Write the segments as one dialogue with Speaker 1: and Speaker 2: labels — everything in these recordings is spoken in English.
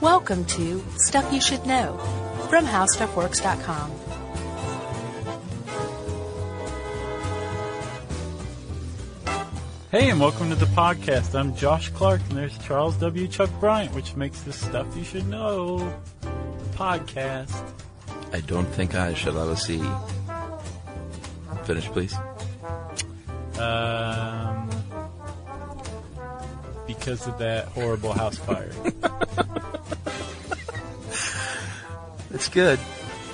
Speaker 1: Welcome to Stuff You Should Know from HowStuffWorks.com.
Speaker 2: Hey, and welcome to the podcast. I'm Josh Clark, and there's Charles W. Chuck Bryant, which makes this stuff you should know. The podcast.
Speaker 3: I don't think I shall ever see. Finish, please.
Speaker 2: Um, because of that horrible house fire.
Speaker 3: It's good,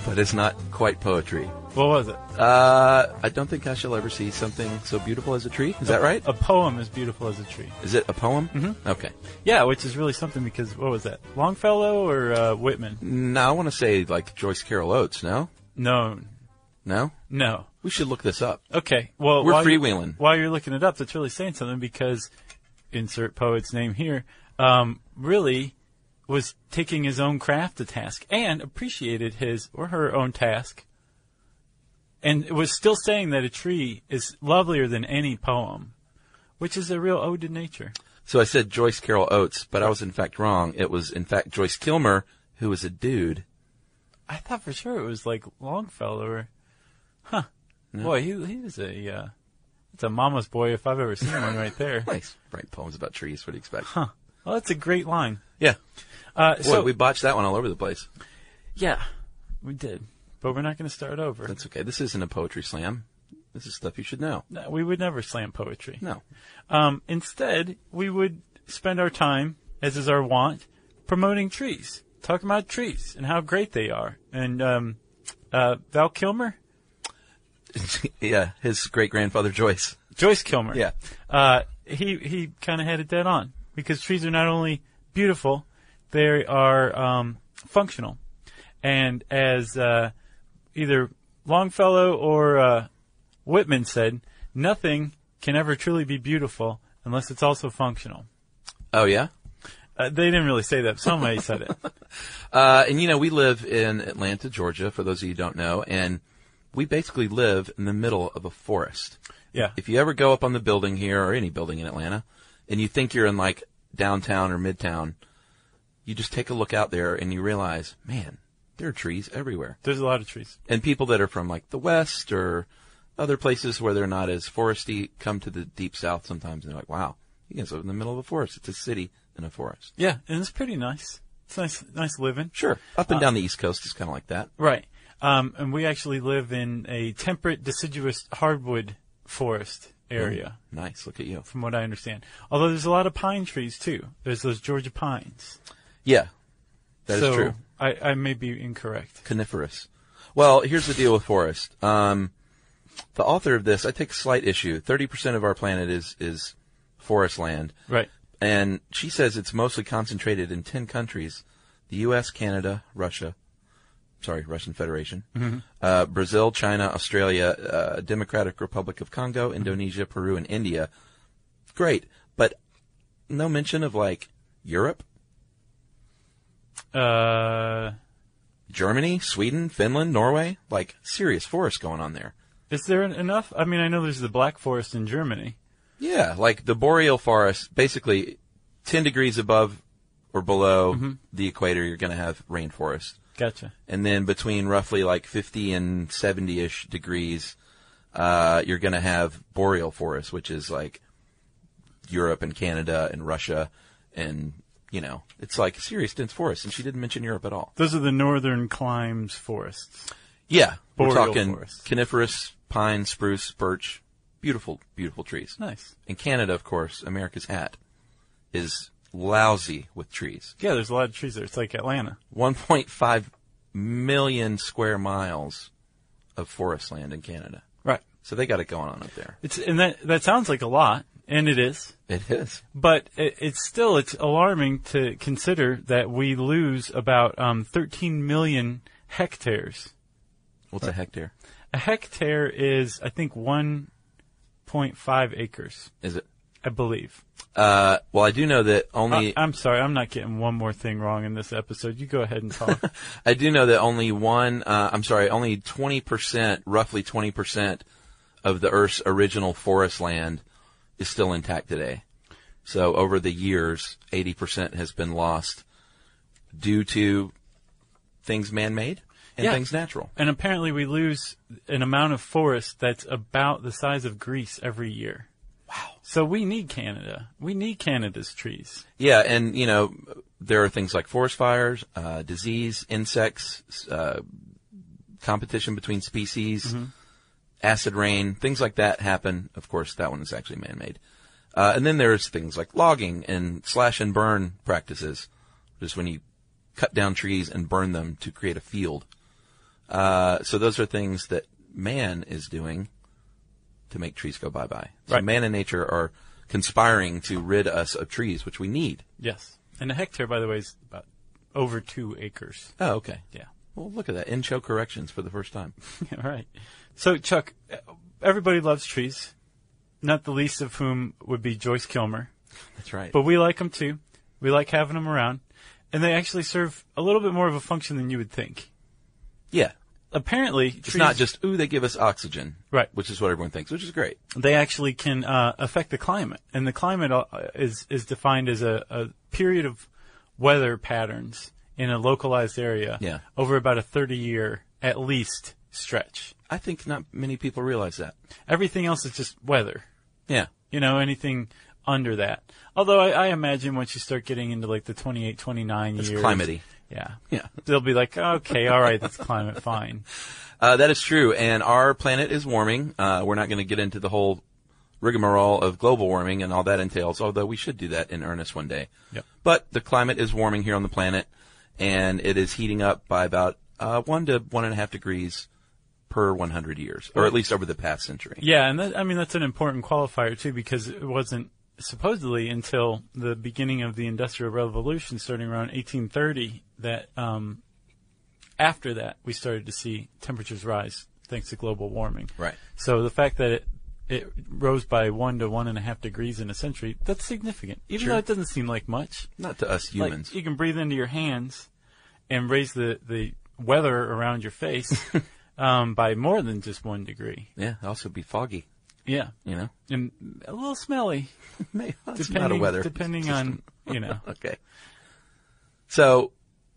Speaker 3: but it's not quite poetry.
Speaker 2: what was it?
Speaker 3: Uh, I don't think I shall ever see something so beautiful as a tree. Is that right?
Speaker 2: A poem as beautiful as a tree.
Speaker 3: Is it a poem? Oh. Mm-hmm. Okay.
Speaker 2: Yeah, which is really something because what was that? Longfellow or uh, Whitman?
Speaker 3: Now I want to say like Joyce Carol Oates. No,
Speaker 2: No,
Speaker 3: no.
Speaker 2: no.
Speaker 3: We should look this up.
Speaker 2: Okay. Well,
Speaker 3: We're
Speaker 2: while you-
Speaker 3: freewheeling.
Speaker 2: while you're looking it up, that's really saying something because insert poet's name here um, really was taking his own craft to task and appreciated his or her own task, and was still saying that a tree is lovelier than any poem, which is a real ode to nature.
Speaker 3: So I said Joyce Carol Oates, but I was in fact wrong. It was in fact Joyce Kilmer, who was a dude.
Speaker 2: I thought for sure it was like Longfellow or, huh? Boy, he he was a uh, it's a mama's boy if I've ever seen one right there.
Speaker 3: Nice. Write poems about trees. What do you expect?
Speaker 2: Well, that's a great line.
Speaker 3: Yeah.
Speaker 2: Uh,
Speaker 3: Boy,
Speaker 2: so
Speaker 3: we botched that one all over the place.
Speaker 2: Yeah, we did. But we're not going to start over.
Speaker 3: That's okay. This isn't a poetry slam. This is stuff you should know.
Speaker 2: No, we would never slam poetry.
Speaker 3: No.
Speaker 2: Um, instead, we would spend our time, as is our wont, promoting trees, talking about trees and how great they are. And um, uh, Val Kilmer,
Speaker 3: yeah, his great grandfather Joyce.
Speaker 2: Joyce Kilmer.
Speaker 3: Yeah.
Speaker 2: Uh, he he kind of had it dead on because trees are not only beautiful, they are um, functional. And as uh, either Longfellow or uh, Whitman said, nothing can ever truly be beautiful unless it's also functional.
Speaker 3: Oh yeah.
Speaker 2: Uh, they didn't really say that. but Somebody said it.
Speaker 3: Uh, and you know, we live in Atlanta, Georgia, for those of you who don't know, and we basically live in the middle of a forest.
Speaker 2: Yeah.
Speaker 3: If you ever go up on the building here or any building in Atlanta and you think you're in like downtown or midtown, you just take a look out there and you realize, man, there are trees everywhere.
Speaker 2: There's a lot of trees.
Speaker 3: And people that are from like the West or other places where they're not as foresty come to the deep South sometimes and they're like, wow, you guys live in the middle of a forest. It's a city in a forest.
Speaker 2: Yeah, and it's pretty nice. It's nice, nice living.
Speaker 3: Sure. Up and
Speaker 2: Uh,
Speaker 3: down the East Coast is kind of like that.
Speaker 2: Right. Um, and we actually live in a temperate deciduous hardwood forest
Speaker 3: Mm-hmm.
Speaker 2: area,
Speaker 3: Nice. Look at you.
Speaker 2: from what I understand. Although there's a lot of pine trees too. There's those Georgia pines.
Speaker 3: Yeah, that is
Speaker 2: so
Speaker 3: true.
Speaker 2: I, I may be incorrect.
Speaker 3: Coniferous. Well, here's the deal with forest. Um, the author of this, I take slight issue. Thirty percent of our planet is is forest land,
Speaker 2: Right.
Speaker 3: and she says it's mostly concentrated in ten countries: the U.S., Canada, Russia, sorry, Russian Federation, uh, Brazil, China, Australia, uh, Democratic Republic of Congo, Indonesia, Peru, and India. Great, but no mention of like Europe,
Speaker 2: Uh,
Speaker 3: Germany, Sweden, Finland, Norway, like serious forest going on there.
Speaker 2: is there en- enough? I mean, I know there's the Black Forest in Germany.
Speaker 3: Yeah, like the boreal forest, basically 10 degrees above or below the equator, you're going to have rainforest.
Speaker 2: Gotcha.
Speaker 3: And then between roughly like 50 and 70-ish degrees, uh, you're going to have boreal forest, which is like Europe and Canada and Russia and, you know, it's like serious dense forest. And she didn't mention Europe at all.
Speaker 2: Those are the northern climes forests.
Speaker 3: Yeah, we're
Speaker 2: Boreal
Speaker 3: talking
Speaker 2: forest.
Speaker 3: coniferous, pine, spruce, birch, beautiful, beautiful trees.
Speaker 2: Nice.
Speaker 3: In Canada, of course, America's hat is lousy with trees.
Speaker 2: Yeah, there's a lot of trees there. It's like Atlanta.
Speaker 3: 1.5 million square miles of forest land in Canada.
Speaker 2: Right.
Speaker 3: So they got it going on up there.
Speaker 2: It's, and that, that sounds like a lot, and it is.
Speaker 3: It is.
Speaker 2: but it, it's still it's alarming to consider that we lose about um, 13 million hectares.
Speaker 3: What's a hectare?
Speaker 2: A hectare is, I think, 1.5 acres,
Speaker 3: Is it?
Speaker 2: I believe.
Speaker 3: Uh, well, I do know that
Speaker 2: I,
Speaker 3: only,
Speaker 2: I'm sorry, I'm not getting one more thing wrong in this episode. You go ahead and talk.
Speaker 3: I do know that only one, uh, I'm sorry, only 20%, roughly 20% of the Earth's original forest land is still intact today. So over the years, 80% has been lost due to things man-made and
Speaker 2: Yeah.
Speaker 3: things natural.
Speaker 2: And apparently, we lose an amount of forest that's about the size of Greece every year. Wow. So we need Canada. We need Canada's trees.
Speaker 3: Yeah, and you know there are things like forest fires, uh, disease, insects, s- uh, competition between species, acid rain, things like that happen. Of course, that one is actually man-made. Uh, and then there's things like logging and slash and burn practices, just when you cut down trees and burn them to create a field. Uh, so those are things that man is doing to make trees go bye-bye. So
Speaker 2: Right.
Speaker 3: man and nature are conspiring to rid us of trees, which we need.
Speaker 2: Yes. And a hectare, by the way, is about over two acres.
Speaker 3: Oh, okay.
Speaker 2: Yeah.
Speaker 3: Well, look at that. In show corrections for the first time.
Speaker 2: All right. So, Chuck, everybody loves trees, not the least of whom would be Joyce Kilmer.
Speaker 3: That's right.
Speaker 2: But we like them too. We like having them around. And they actually serve a little bit more of a function than you would think.
Speaker 3: yeah.
Speaker 2: Apparently,
Speaker 3: It's not just, ooh, they give us oxygen.
Speaker 2: Right.
Speaker 3: Which is what everyone thinks, which is great.
Speaker 2: they actually can uh, affect the climate, and the climate uh, is is defined as a, a period of weather patterns in a localized area
Speaker 3: Yeah.
Speaker 2: over about a 30 year at least stretch.
Speaker 3: I think not many people realize that.
Speaker 2: Everything else is just weather,
Speaker 3: Yeah.
Speaker 2: you know, anything under that. Although I, I imagine once you start getting into like the 28, 29
Speaker 3: It's
Speaker 2: years,
Speaker 3: climatey.
Speaker 2: yeah,
Speaker 3: Yeah.
Speaker 2: they'll be like, okay, all right, that's climate, fine.
Speaker 3: Uh, that is true. And our planet is warming. Uh, we're not going to get into the whole rigmarole of global warming and all that entails, although we should do that in earnest one day.
Speaker 2: Yep.
Speaker 3: But the climate is warming here on the planet, and it is heating up by about uh, one to one and a half degrees per 100 years, or at least over the past century.
Speaker 2: Yeah, and that, I mean that's an important qualifier too because it wasn't supposedly until the beginning of the Industrial Revolution, starting around 1830, that um, after that we started to see temperatures rise thanks to global warming.
Speaker 3: Right.
Speaker 2: So the fact that it it rose by one to one and a half degrees in a century that's significant, even
Speaker 3: Sure.
Speaker 2: though it doesn't seem like much.
Speaker 3: Not to us
Speaker 2: Like,
Speaker 3: humans.
Speaker 2: you can breathe into your hands and raise the the weather around your face. Um, by more than just one degree.
Speaker 3: yeah, it'd also be foggy,
Speaker 2: Yeah
Speaker 3: you know?
Speaker 2: and a little smelly,
Speaker 3: Maybe it's
Speaker 2: depending,
Speaker 3: not a weather.
Speaker 2: depending
Speaker 3: system.
Speaker 2: on you know.
Speaker 3: Okay. So,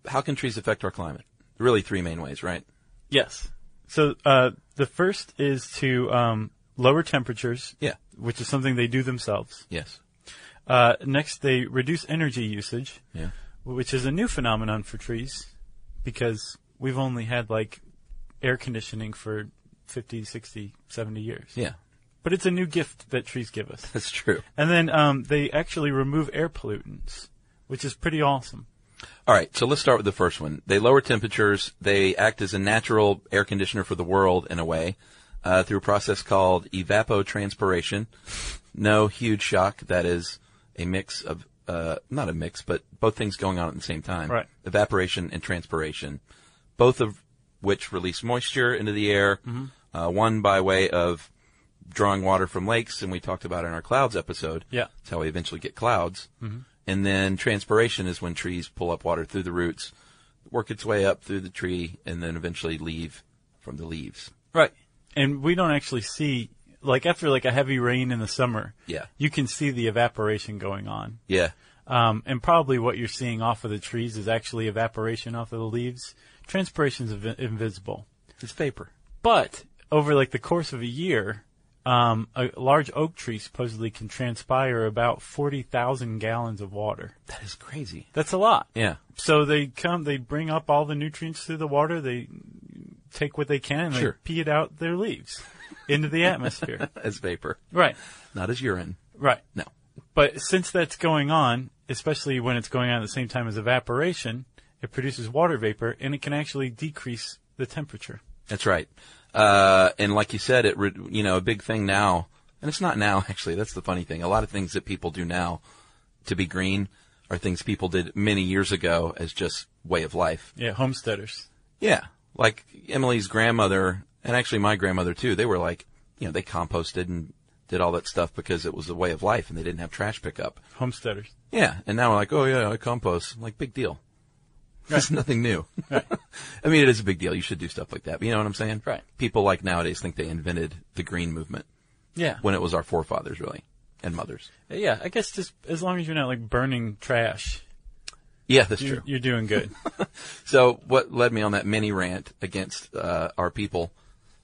Speaker 3: how can trees affect our climate? Really, three main ways, right?
Speaker 2: yes. So uh, the first is to um, lower temperatures,
Speaker 3: Yeah.
Speaker 2: which is something they do themselves.
Speaker 3: Yes.
Speaker 2: Uh, next, they reduce energy usage,
Speaker 3: Yeah.
Speaker 2: which is a new phenomenon for trees, because we've only had like air conditioning for 50, 60, 70 years.
Speaker 3: Yeah.
Speaker 2: But it's a new gift that trees give us.
Speaker 3: That's true.
Speaker 2: And then um, they actually remove air pollutants, which is pretty awesome.
Speaker 3: All right, so let's start with the first one. They lower temperatures. They act as a natural air conditioner for the world in a way uh, through a process called evapotranspiration. No huge shock. That is a mix of uh, not a mix, but both things going on at the same time.
Speaker 2: Right.
Speaker 3: Evaporation and transpiration, both of which release moisture into the air. Uh, one by way of drawing water from lakes, and we talked about in our clouds episode.
Speaker 2: Yeah.
Speaker 3: That's how we eventually get clouds. And then transpiration is when trees pull up water through the roots, work its way up through the tree, and then eventually leave from the leaves.
Speaker 2: Right. And we don't actually see like after like a heavy rain in the summer.
Speaker 3: Yeah.
Speaker 2: You can see the evaporation going on.
Speaker 3: Yeah.
Speaker 2: Um, and probably what you're seeing off of the trees is actually evaporation off of the leaves. Transpiration's inv- invisible.
Speaker 3: It's vapor.
Speaker 2: But over like the course of a year, um, a large oak tree supposedly can transpire about 40,000 gallons of water.
Speaker 3: That is crazy.
Speaker 2: That's a lot.
Speaker 3: Yeah.
Speaker 2: So they come, they bring up all the nutrients through the water. They take what they can and
Speaker 3: Sure.
Speaker 2: they pee it out their leaves into the atmosphere.
Speaker 3: As vapor,
Speaker 2: right,
Speaker 3: not as urine.
Speaker 2: right.
Speaker 3: No.
Speaker 2: But since that's going on, especially when it's going on at the same time as evaporation, it produces water vapor and it can actually decrease the temperature.
Speaker 3: That's right. Uh, and like you said, it, re- you know, a big thing now, and it's not now actually, that's the funny thing. A lot of things that people do now to be green are things people did many years ago as just way of life.
Speaker 2: Yeah, homesteaders.
Speaker 3: Yeah. Like Emily's grandmother and actually my grandmother too, they were like, you know, they composted and did all that stuff because it was a way of life and they didn't have trash pickup.
Speaker 2: Homesteaders.
Speaker 3: Yeah. And now we're like, oh yeah, I compost. I'm like big deal. That's nothing new. I mean, it is a big deal. You should do stuff like that. But you know what I'm saying?
Speaker 2: Right.
Speaker 3: People like nowadays think they invented the green movement
Speaker 2: Yeah.
Speaker 3: when it was our forefathers really and mothers.
Speaker 2: yeah, I guess just as long as you're not like burning trash.
Speaker 3: Yeah, that's
Speaker 2: You're,
Speaker 3: true.
Speaker 2: you're doing good.
Speaker 3: So what led me on that mini rant against uh, our people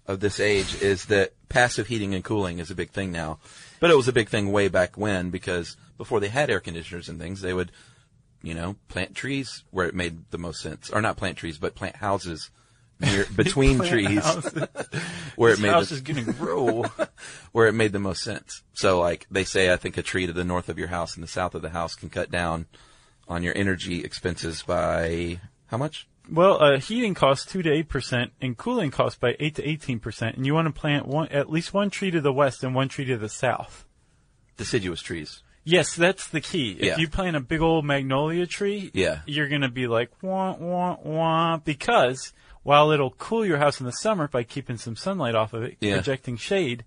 Speaker 3: of this age is that passive heating and cooling is a big thing now, but it was a big thing way back when because before they had air conditioners and things, they would, you know, plant trees where it made the most sense, or not plant trees, but plant houses near, between
Speaker 2: Plant
Speaker 3: trees
Speaker 2: houses.
Speaker 3: where
Speaker 2: This
Speaker 3: it made
Speaker 2: house
Speaker 3: the,
Speaker 2: is going to grow.
Speaker 3: where it made the most sense. So like they say, I think a tree to the north of your house and the south of the house can cut down on your energy expenses by how much?
Speaker 2: Well, uh, heating costs two to eight percent, and cooling costs by eight to eighteen percent. And you want to plant one, at least one tree to the west and one tree to the south.
Speaker 3: Deciduous trees.
Speaker 2: Yes, that's the key. If
Speaker 3: Yeah.
Speaker 2: you plant a big old magnolia tree,
Speaker 3: Yeah.
Speaker 2: you're going to be like wah wah wah because while it'll cool your house in the summer by keeping some sunlight off of it,
Speaker 3: Yeah.
Speaker 2: projecting shade,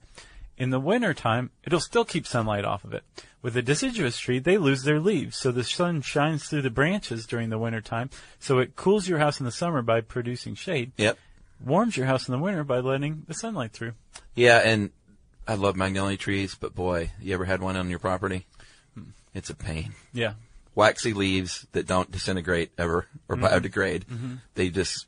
Speaker 2: in the winter time it'll still keep sunlight off of it. With a deciduous tree, they lose their leaves, so the sun shines through the branches during the winter time, so it cools your house in the summer by producing shade,
Speaker 3: Yep.
Speaker 2: warms your house in the winter by letting the sunlight through.
Speaker 3: Yeah, and I love magnolia trees, but boy, you ever had one on your property? It's a pain.
Speaker 2: Yeah.
Speaker 3: Waxy leaves that don't disintegrate ever or biodegrade. They just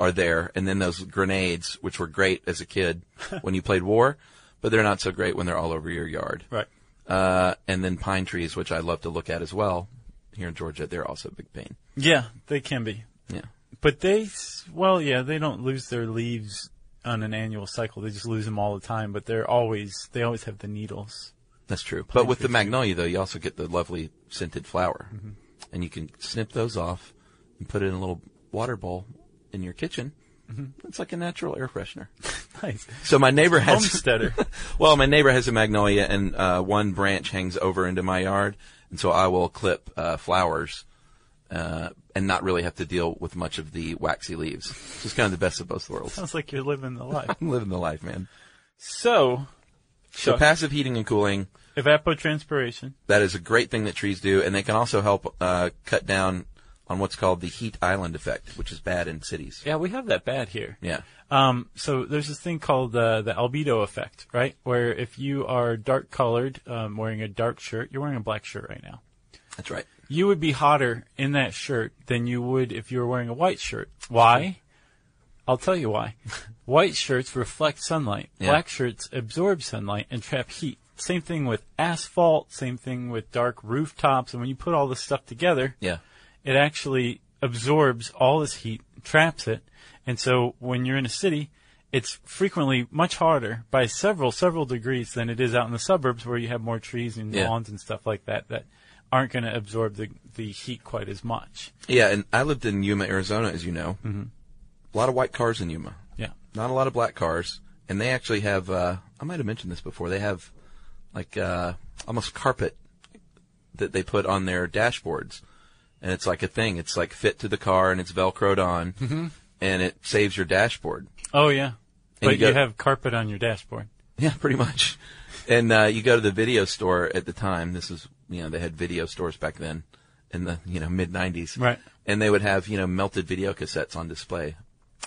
Speaker 3: are there. And then those grenades, which were great as a kid when you played war, but they're not so great when they're all over your yard.
Speaker 2: Right.
Speaker 3: Uh, and then pine trees, which I love to look at as well. Here in Georgia, they're also a big pain.
Speaker 2: Yeah, they can be.
Speaker 3: Yeah.
Speaker 2: But they, s- well, yeah, they don't lose their leaves on an annual cycle. They just lose them all the time, but they're always, they always have the needles.
Speaker 3: That's true. but with the
Speaker 2: trees, too.
Speaker 3: magnolia, though, you also get the lovely scented flower. And you can snip those off and put it in a little water bowl in your kitchen. It's like a natural air freshener.
Speaker 2: Nice.
Speaker 3: So my neighbor has
Speaker 2: Homesteader.
Speaker 3: well, my neighbor has a magnolia, and uh, one branch hangs over into my yard, and so I will clip uh, flowers, uh, and not really have to deal with much of the waxy leaves. So it's kind of the best of both worlds.
Speaker 2: Sounds like you're living the life.
Speaker 3: I'm living the life, man.
Speaker 2: So,
Speaker 3: So
Speaker 2: Chuck,
Speaker 3: passive heating and cooling.
Speaker 2: evapotranspiration.
Speaker 3: That is a great thing that trees do, and they can also help uh, cut down on what's called the heat island effect, which is bad in cities.
Speaker 2: Yeah, we have that bad here.
Speaker 3: Yeah.
Speaker 2: Um, so there's this thing called uh, the albedo effect, right? Where if you are dark colored, um, wearing a dark shirt, you're wearing a black shirt right now.
Speaker 3: that's right.
Speaker 2: you would be hotter in that shirt than you would if you were wearing a white shirt. Why? I'll tell you why. white shirts reflect sunlight.
Speaker 3: Yeah.
Speaker 2: Black shirts absorb sunlight and trap heat. Same thing with asphalt, same thing with dark rooftops. And when you put all this stuff together,
Speaker 3: Yeah.
Speaker 2: it actually absorbs all this heat, traps it. And so when you're in a city, it's frequently much harder by several, several degrees than it is out in the suburbs where you have more trees and
Speaker 3: Yeah.
Speaker 2: lawns and stuff like that that aren't going to absorb the, the heat quite as much.
Speaker 3: Yeah, and I lived in Yuma, Arizona, as you know. Mm-hmm. A lot of white cars in Yuma.
Speaker 2: Yeah.
Speaker 3: Not a lot of black cars, and they actually have. Uh, I might have mentioned this before. They have like uh, almost carpet that they put on their dashboards, and it's like a thing. It's like fit to the car, and it's velcroed on, and it saves your dashboard.
Speaker 2: Oh, yeah. But
Speaker 3: you
Speaker 2: you,
Speaker 3: got-
Speaker 2: have carpet on your dashboard.
Speaker 3: Yeah, pretty much. And uh, you go to the video store at the time. This is, you know, they had video stores back then in the, you know, mid 90s.
Speaker 2: Right.
Speaker 3: And they would have, you know, melted video cassettes on display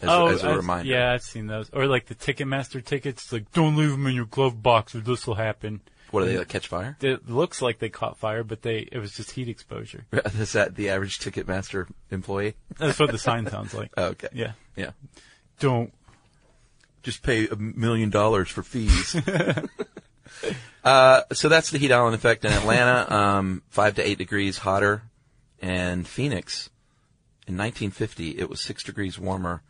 Speaker 3: as,
Speaker 2: oh,
Speaker 3: as a
Speaker 2: I've-
Speaker 3: reminder.
Speaker 2: Yeah, I've seen those. Or like the Ticketmaster tickets, like, don't leave them in your glove box or this will happen.
Speaker 3: What are they, like, catch fire?
Speaker 2: It looks like they caught fire, but they, it was just heat exposure.
Speaker 3: is that the average Ticketmaster employee?
Speaker 2: That's what the sign sounds like.
Speaker 3: Oh, okay.
Speaker 2: Yeah.
Speaker 3: Yeah.
Speaker 2: Don't.
Speaker 3: Just pay a million dollars for fees. uh, so that's the heat island effect in Atlanta, um, five to eight degrees hotter. And Phoenix, in 1950, it was six degrees warmer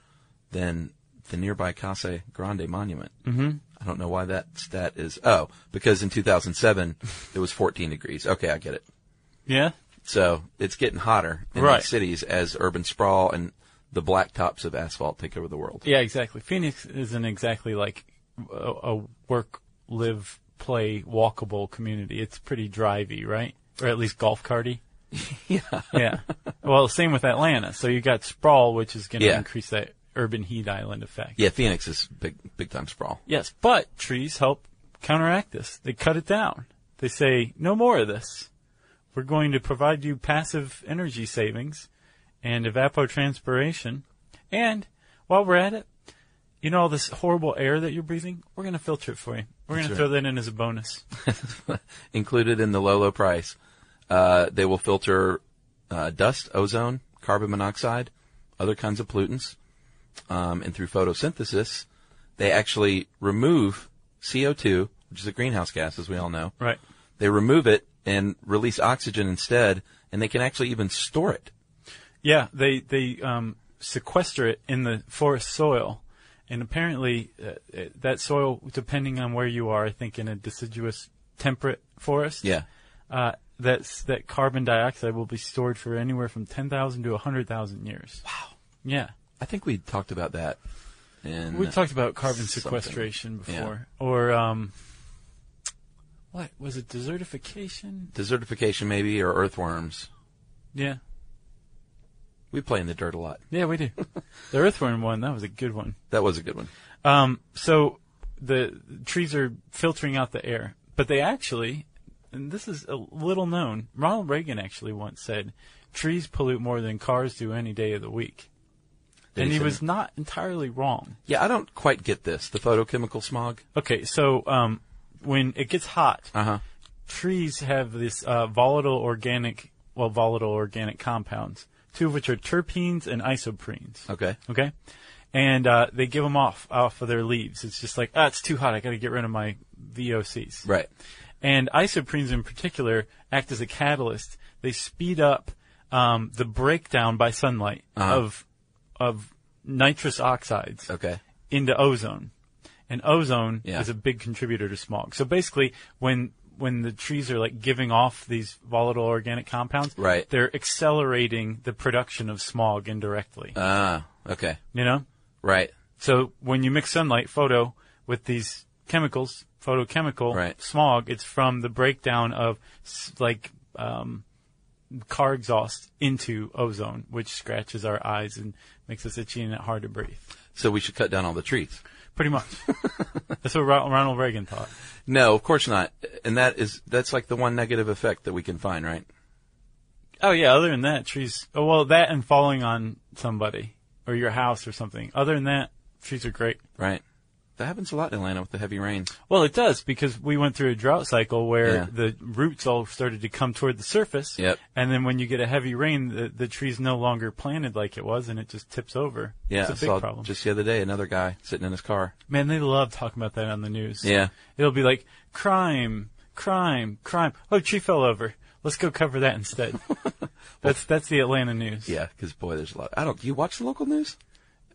Speaker 3: than the nearby Casa Grande monument. Mm-hmm. I don't know why that stat is. Oh, because in 2007, it was 14 degrees. Okay, I get it.
Speaker 2: Yeah?
Speaker 3: So it's getting hotter in
Speaker 2: Right.
Speaker 3: these cities as urban sprawl and the blacktops of asphalt take over the world.
Speaker 2: Yeah, exactly. Phoenix isn't exactly like a, a work, live, play, walkable community. It's pretty drivey, right? Or at least golf carty. yeah. Yeah. Well, same with Atlanta. So you got sprawl, which is going to
Speaker 3: Yeah.
Speaker 2: increase that urban heat island effect.
Speaker 3: Yeah, Phoenix is big, big time sprawl.
Speaker 2: Yes, but trees help counteract this. They cut it down. They say, no more of this. We're going to provide you passive energy savings and evapotranspiration. And while we're at it, you know all this horrible air that you're breathing? We're going to filter it for you. We're going to
Speaker 3: That's
Speaker 2: throw that in as a bonus.
Speaker 3: included in the low, low price. Uh, they will filter uh, dust, ozone, carbon monoxide, other kinds of pollutants, um, and through photosynthesis, they actually remove CO2, which is a greenhouse gas, as we all know.
Speaker 2: Right.
Speaker 3: They remove it and release oxygen instead, and they can actually even store it.
Speaker 2: Yeah, they they um, sequester it in the forest soil, and apparently uh, uh, that soil, depending on where you are, I think in a deciduous temperate forest,
Speaker 3: Yeah.
Speaker 2: uh, that's that carbon dioxide will be stored for anywhere from ten thousand to hundred thousand years. Wow. Yeah,
Speaker 3: I think we talked about that. In, uh,
Speaker 2: we talked about carbon
Speaker 3: Something.
Speaker 2: sequestration
Speaker 3: Yeah.
Speaker 2: before, or um, what was it? Desertification?
Speaker 3: desertification maybe or earthworms.
Speaker 2: Yeah,
Speaker 3: We play in the dirt a lot.
Speaker 2: yeah, we do. the earthworm one that was a good one.
Speaker 3: That was a good one.
Speaker 2: Um, so the trees are filtering out the air, but they actually, and this is a little known, Ronald Reagan actually once said, trees pollute more than cars do any day of the week.
Speaker 3: Did
Speaker 2: and
Speaker 3: he
Speaker 2: he
Speaker 3: say
Speaker 2: was
Speaker 3: that?
Speaker 2: not entirely wrong.
Speaker 3: Yeah, I don't quite get this. The photochemical smog.
Speaker 2: Okay, so, um, when it gets hot,
Speaker 3: Uh huh.
Speaker 2: trees have this uh, volatile organic, well, volatile organic compounds, two of which are terpenes and isoprenes.
Speaker 3: Okay.
Speaker 2: Okay. And uh, they give them off off of their leaves. It's just like, ah, it's too hot. I got to get rid of my VOCs.
Speaker 3: Right.
Speaker 2: And isoprenes in particular act as a catalyst. They speed up um, the breakdown by sunlight
Speaker 3: Uh-huh.
Speaker 2: of of nitrous oxides
Speaker 3: Okay.
Speaker 2: into ozone. And ozone
Speaker 3: Yeah.
Speaker 2: is a big contributor to smog. So basically, when when the trees are like giving off these volatile organic compounds,
Speaker 3: Right.
Speaker 2: they're accelerating the production of smog indirectly.
Speaker 3: Ah. okay.
Speaker 2: you know.
Speaker 3: Right.
Speaker 2: So when you mix sunlight photo with these chemicals, photochemical
Speaker 3: Right.
Speaker 2: smog, it's from the breakdown of s- like um, car exhaust into ozone, which scratches our eyes and makes us itchy and hard to breathe.
Speaker 3: So we should cut down all the trees.
Speaker 2: Pretty much. That's what Ro- Ronald Reagan thought.
Speaker 3: No, of course not. And that is that's like the one negative effect that we can find, right?
Speaker 2: Oh yeah. Other than that, trees. Oh well, that and falling on somebody or your house or something. Other than that, trees are great.
Speaker 3: Right. That happens a lot in Atlanta with the heavy rains.
Speaker 2: Well, it does because we went through a drought cycle where
Speaker 3: Yeah.
Speaker 2: the roots all started to come toward the surface.
Speaker 3: Yep.
Speaker 2: And then when you get a heavy rain, the, the tree's no longer planted like it was, and it just tips over.
Speaker 3: Yeah,
Speaker 2: it's a
Speaker 3: I
Speaker 2: big
Speaker 3: saw
Speaker 2: problem.
Speaker 3: just the other day another guy sitting in his car.
Speaker 2: Man, they love talking about that on the news.
Speaker 3: Yeah.
Speaker 2: It'll be like crime, crime, crime. Oh, tree fell over. Let's go cover that instead. that's that's the Atlanta news.
Speaker 3: Yeah, because boy, there's a lot. I don't. Do you watch the local news?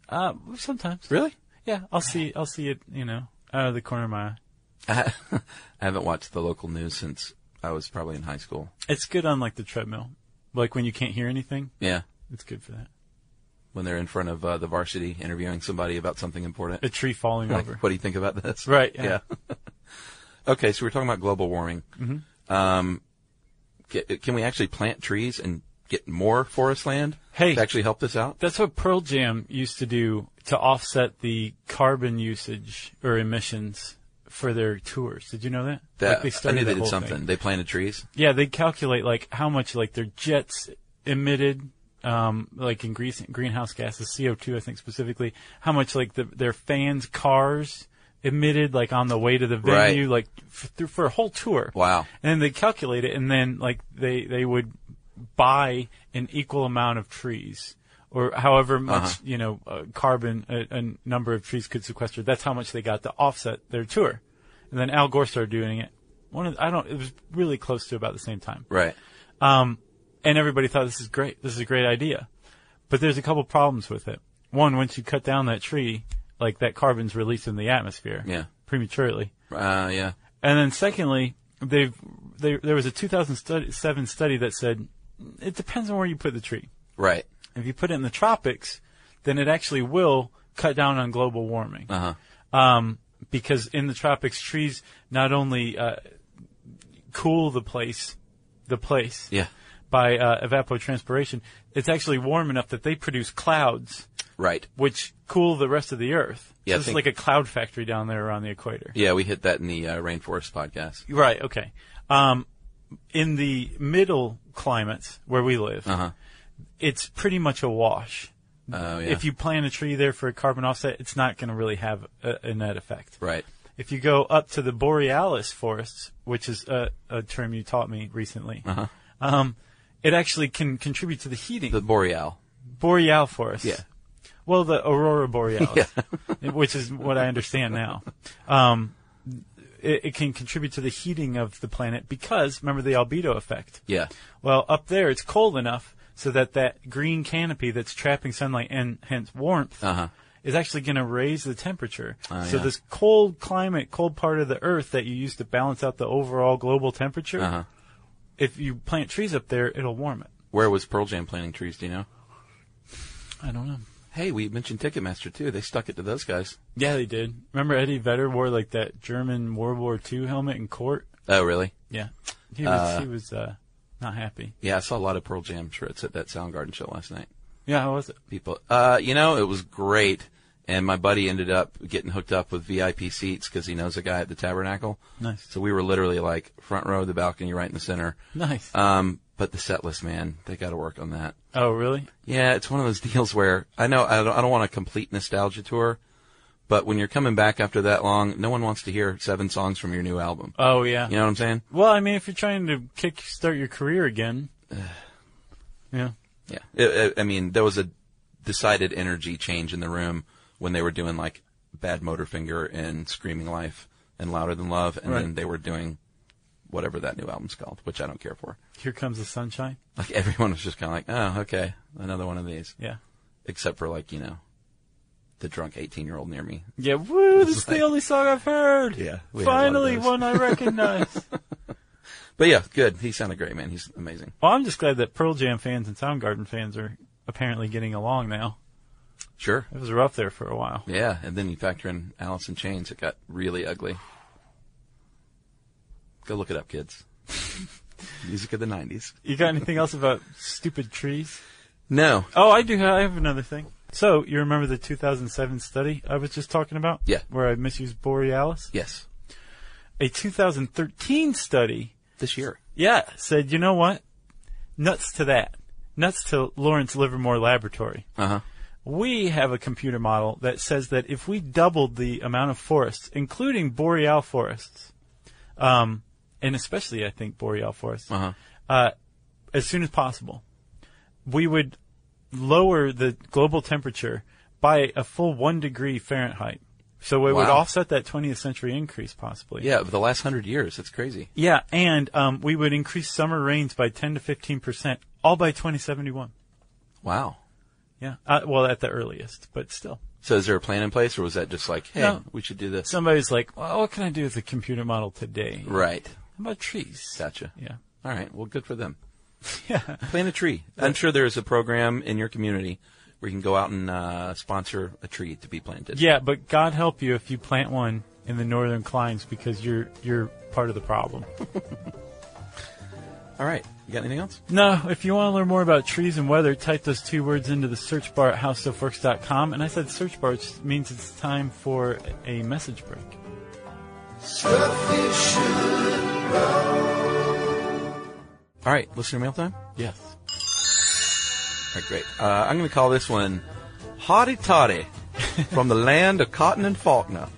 Speaker 2: Uh, sometimes.
Speaker 3: Really?
Speaker 2: Yeah, I'll see. I'll see it. You know, out of the corner of my eye.
Speaker 3: I, I haven't watched the local news since I was probably in high school.
Speaker 2: It's good on like the treadmill, like when you can't hear anything.
Speaker 3: Yeah,
Speaker 2: It's good for that.
Speaker 3: when they're in front of uh, the varsity interviewing somebody about something important.
Speaker 2: A tree falling
Speaker 3: Like,
Speaker 2: over.
Speaker 3: what do you think about this?
Speaker 2: Right,
Speaker 3: Yeah.
Speaker 2: yeah.
Speaker 3: okay, so we're talking about global warming. Mm-hmm. Um, ca- can we actually plant trees and get more forest land?
Speaker 2: Hey.
Speaker 3: to actually help this out.
Speaker 2: That's what Pearl Jam used to do to offset the carbon usage or emissions for their tours. Did you know that?
Speaker 3: That, I knew they
Speaker 2: whole
Speaker 3: did something.
Speaker 2: thing.
Speaker 3: They planted trees.
Speaker 2: Yeah, they calculate like how much like their jets emitted, um, like in grease, greenhouse gases, CO2, I think specifically, how much like the, their fans' cars emitted like on the way to the
Speaker 3: Right.
Speaker 2: venue, like f- through, for a whole tour.
Speaker 3: Wow.
Speaker 2: And then they calculate it, and then like they they would buy an equal amount of trees, or however much
Speaker 3: Uh-huh.
Speaker 2: you know uh, carbon a, a number of trees could sequester. That's how much they got to offset their tour. And then Al Gore started doing it. One of the- I don't. It was really close to about the same time.
Speaker 3: Right.
Speaker 2: Um, and everybody thought this is great. This is a great idea. But there's a couple problems with it. One, once you cut down that tree, like that carbon's released in the atmosphere.
Speaker 3: Yeah.
Speaker 2: Prematurely.
Speaker 3: Uh, yeah.
Speaker 2: And then secondly, they've, they, there was a 2007 study that said it depends on where you put the tree.
Speaker 3: Right.
Speaker 2: If you put it in the tropics, then it actually will cut down on global warming.
Speaker 3: Uh huh.
Speaker 2: Um, because in the tropics, trees not only uh, cool the place, the place
Speaker 3: Yeah.
Speaker 2: by uh, evapotranspiration, it's actually warm enough that they produce clouds,
Speaker 3: Right.
Speaker 2: which cool the rest of the Earth.
Speaker 3: Yeah, I
Speaker 2: so it's
Speaker 3: think-
Speaker 2: like a cloud factory down there around the equator.
Speaker 3: Yeah, we hit that in the uh, rainforest podcast.
Speaker 2: Right. Okay. Um, in the middle climates where we live,
Speaker 3: Uh huh.
Speaker 2: it's pretty much a wash.
Speaker 3: Oh yeah.
Speaker 2: If you plant a tree there for a carbon offset, it's not going to really have a, a net effect.
Speaker 3: right.
Speaker 2: If you go up to the borealis forests, which is a, a term you taught me recently,
Speaker 3: Uh huh.
Speaker 2: um, it actually can contribute to the heating.
Speaker 3: The boreal.
Speaker 2: boreal forest.
Speaker 3: Yeah.
Speaker 2: Well, the aurora borealis, which is what I understand now. Um, it, it can contribute to the heating of the planet because remember the albedo effect.
Speaker 3: Yeah.
Speaker 2: Well, up there it's cold enough so that that green canopy that's trapping sunlight and hence warmth
Speaker 3: Uh-huh.
Speaker 2: is actually going to raise the temperature.
Speaker 3: Oh,
Speaker 2: so
Speaker 3: yeah.
Speaker 2: this cold climate, cold part of the Earth that you use to balance out the overall global temperature,
Speaker 3: Uh-huh.
Speaker 2: if you plant trees up there, it'll warm it.
Speaker 3: Where was Pearl Jam planting trees? Do you know?
Speaker 2: I don't know.
Speaker 3: Hey, we mentioned Ticketmaster too. They stuck it to those guys.
Speaker 2: Yeah, they did. Remember Eddie Vedder wore like that German World War II helmet in court?
Speaker 3: Oh, really?
Speaker 2: Yeah. He was he was uh, not happy.
Speaker 3: Yeah, I saw a lot of Pearl Jam shirts at that Soundgarden show last night.
Speaker 2: Yeah, how was it?
Speaker 3: People, uh, you know, it was great. And my buddy ended up getting hooked up with VIP seats because he knows a guy at the Tabernacle.
Speaker 2: Nice.
Speaker 3: So we were literally like front row, the balcony, right in the center.
Speaker 2: Nice.
Speaker 3: Um, but the set list, man, they got to work on that.
Speaker 2: oh, really?
Speaker 3: Yeah, it's one of those deals where I know I don't, I don't want a complete nostalgia tour, but when you're coming back after that long, no one wants to hear seven songs from your new album.
Speaker 2: Oh, yeah.
Speaker 3: You know what I'm saying?
Speaker 2: Well, I mean, if you're trying to kick start your career again, yeah.
Speaker 3: Yeah. It, I I mean, there was a decided energy change in the room when they were doing like Bad Motorfinger and Screaming Life and Louder Than Love, and
Speaker 2: Right.
Speaker 3: then they were doing whatever that new album's called, which I don't care for.
Speaker 2: Here comes the sunshine.
Speaker 3: Like everyone was just kind of like, oh, okay, another one of these,
Speaker 2: Yeah.
Speaker 3: except for like you know, the drunk 18 year old near me.
Speaker 2: Yeah. Woo! This is
Speaker 3: like-
Speaker 2: the only song I've heard.
Speaker 3: Yeah, we had one of
Speaker 2: Finally,
Speaker 3: those.
Speaker 2: one I recognize.
Speaker 3: But yeah, good. He sounded great, man. He's amazing.
Speaker 2: well, I'm just glad that Pearl Jam fans and Soundgarden fans are apparently getting along now.
Speaker 3: Sure.
Speaker 2: It was rough there for a while.
Speaker 3: Yeah, and then you factor in Alice in Chains. It got really ugly. Go look it up, kids. Music of the 90s.
Speaker 2: You got anything else about stupid trees?
Speaker 3: No.
Speaker 2: Oh, I do. ha- I have another thing. So you remember the 2007 study I was just talking about?
Speaker 3: Yeah.
Speaker 2: Where I misused borealis.
Speaker 3: Yes.
Speaker 2: A 2013 study.
Speaker 3: This year.
Speaker 2: Yeah. Said you know what? Nuts to that. Nuts to Lawrence Livermore Laboratory.
Speaker 3: Uh huh.
Speaker 2: We have a computer model that says that if we doubled the amount of forests, including boreal forests, um, and especially I think boreal forests,
Speaker 3: Uh huh.
Speaker 2: uh, as soon as possible, we would lower the global temperature by a full one degree Fahrenheit. So it would
Speaker 3: Wow.
Speaker 2: offset that 20th century increase possibly.
Speaker 3: Yeah, but the last hundred years. That's crazy.
Speaker 2: Yeah, and um, we would increase summer rains by 10 to 15 percent, all by 2071.
Speaker 3: Wow.
Speaker 2: Yeah, uh, well, at the earliest, but still.
Speaker 3: So is there a plan in place, or was that just like, hey,
Speaker 2: No.
Speaker 3: we should do this?
Speaker 2: Somebody's like, well, what can I do with the computer model today? How
Speaker 3: Right.
Speaker 2: about trees?
Speaker 3: Gotcha.
Speaker 2: Yeah.
Speaker 3: All right. Well, good for them.
Speaker 2: Yeah.
Speaker 3: Plant a tree. I'm sure there is a program in your community where you can go out and uh, sponsor a tree to be planted.
Speaker 2: Yeah, but God help you if you plant one in the northern climes because you're you're part of the problem.
Speaker 3: All right. You got anything else?
Speaker 2: No, if you want to learn more about trees and weather, type those two words into the search bar at howstuffworks.com. And I said search bar, which means it's time for a message break.
Speaker 3: All right. Listener mail time.
Speaker 2: Yes.
Speaker 3: All right, great. Uh, I'm going to call this one Hotty Toddy from the land of Cotton and Faulkner.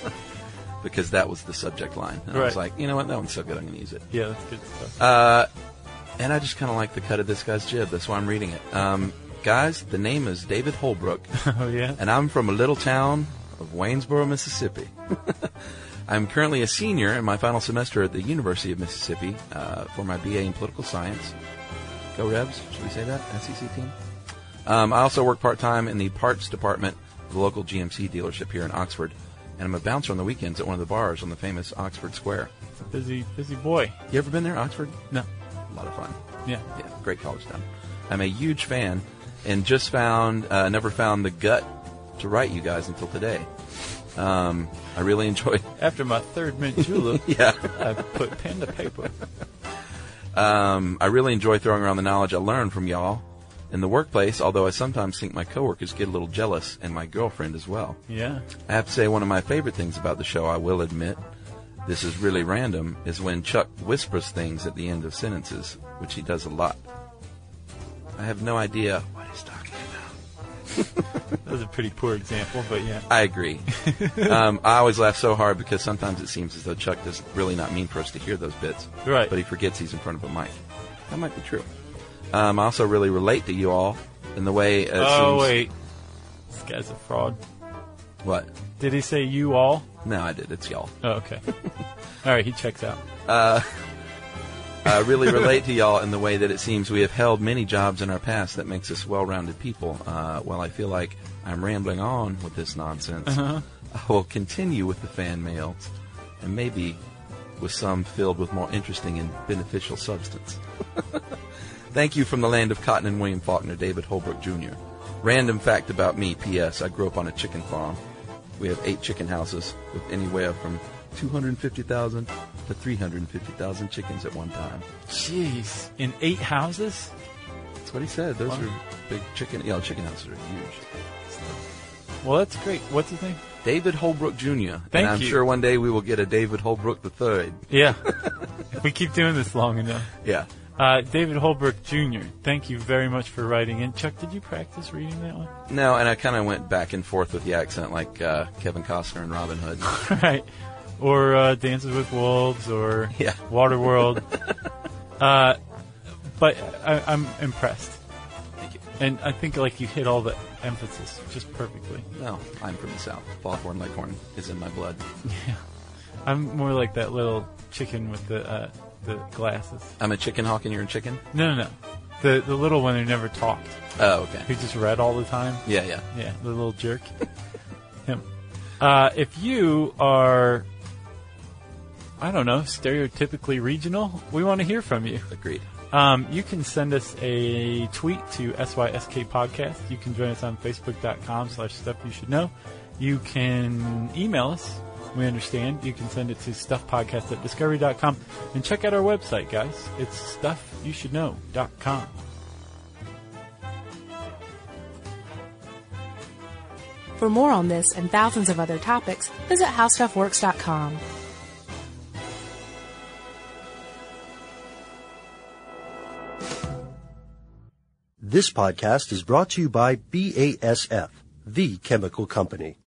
Speaker 3: because that was the subject line. And I was
Speaker 2: Right.
Speaker 3: like, you know what? That one's so good, I'm going to use it.
Speaker 2: Yeah, that's good stuff.
Speaker 3: And I just kind of like the cut of this guy's jib. That's why I'm reading it. Um, guys, the name is David Holbrook,
Speaker 2: oh, yeah?
Speaker 3: and I'm from a little town of Waynesboro, Mississippi. I'm currently a senior in my final semester at the University of Mississippi uh, for my BA in political science. Go Rebs, should we say that? SEC team. Um, I also work part time in the parts department of the local GMC dealership here in Oxford, and I'm a bouncer on the weekends at one of the bars on the famous Oxford Square.
Speaker 2: Busy, busy boy.
Speaker 3: You ever been there, Oxford?
Speaker 2: No.
Speaker 3: A lot of fun.
Speaker 2: Yeah.
Speaker 3: Yeah, great college town. I'm a huge fan, and just found uh, never found the gut to write you guys until today. Um, I really enjoyed.
Speaker 2: After my third mint julep,
Speaker 3: Yeah.
Speaker 2: I put pen to paper.
Speaker 3: Um, I really enjoy throwing around the knowledge I learn from y'all in the workplace. Although I sometimes think my coworkers get a little jealous, and my girlfriend as well.
Speaker 2: Yeah.
Speaker 3: I have to say one of my favorite things about the show, I will admit, this is really random, is when Chuck whispers things at the end of sentences, which he does a lot. I have no idea what he's talking about.
Speaker 2: That was a pretty poor example, but yeah.
Speaker 3: I agree. um, I always laugh so hard because sometimes it seems as though Chuck does really not mean for us to hear those bits.
Speaker 2: Right.
Speaker 3: But he forgets he's in front of a mic. That might be true. Um, I also really relate to you all in the way. It
Speaker 2: oh
Speaker 3: seems,
Speaker 2: wait, this guy's a fraud.
Speaker 3: What?
Speaker 2: Did he say you all?
Speaker 3: No, I did. It's y'all.
Speaker 2: Oh, okay. all right, he checks out.
Speaker 3: I really relate to y'all in the way that it seems we have held many jobs in our past that makes us well-rounded people. Uh, while I feel like I'm rambling on with this nonsense, I will continue with the fan mails, and maybe with some filled with more interesting and beneficial substance. Thank you from the land of Cotton and William Faulkner, David Holbrook Jr. Random fact about me: P.S. I grew up on a chicken farm. We have eight chicken houses with anywhere from 250,000 to 350,000 chickens at one time.
Speaker 2: Jeez, in eight houses.
Speaker 3: That's what he said. Those are big chicken. Yeah, chicken houses are huge.
Speaker 2: Well, that's great. What's his name?
Speaker 3: David Holbrook Jr.
Speaker 2: Thank
Speaker 3: and I'm
Speaker 2: you.
Speaker 3: sure one day we will get a David Holbrook the third.
Speaker 2: Yeah. if we keep doing this long enough.
Speaker 3: Yeah.
Speaker 2: Uh, David Holbrook Jr., thank you very much for writing in. Chuck, did you practice reading that one?
Speaker 3: No, and I kind of went back and forth with the accent, like uh, Kevin Costner and Robin Hood.
Speaker 2: right. Or uh, Dances with Wolves or
Speaker 3: Yeah.
Speaker 2: Waterworld. uh, but I, I'm impressed.
Speaker 3: Thank you.
Speaker 2: And I think like you hit all the emphasis just perfectly.
Speaker 3: No, I'm from the south. Foghorn Leghorn is in my blood.
Speaker 2: I'm more like that little chicken with the uh, the glasses.
Speaker 3: I'm a chicken hawk, and you're a chicken.
Speaker 2: No, no, no. The the little one who never talked,
Speaker 3: Oh,
Speaker 2: who
Speaker 3: okay.
Speaker 2: just read all the time.
Speaker 3: Yeah, yeah.
Speaker 2: Yeah, the little jerk. Him. Uh, if you are, I don't know, stereotypically regional, we want to hear from you.
Speaker 3: Agreed.
Speaker 2: Um, you can send us a tweet to SYSK Podcast. You can join us on Facebook.com slash Stuff You Should Know. You can email us. We understand. You can send it to stuffpodcast at discovery.com. And check out our website, guys. It's stuffyoushouldknow.com.
Speaker 1: For more on this and thousands of other topics, visit howstuffworks.com.
Speaker 4: This podcast is brought to you by BASF, the chemical company.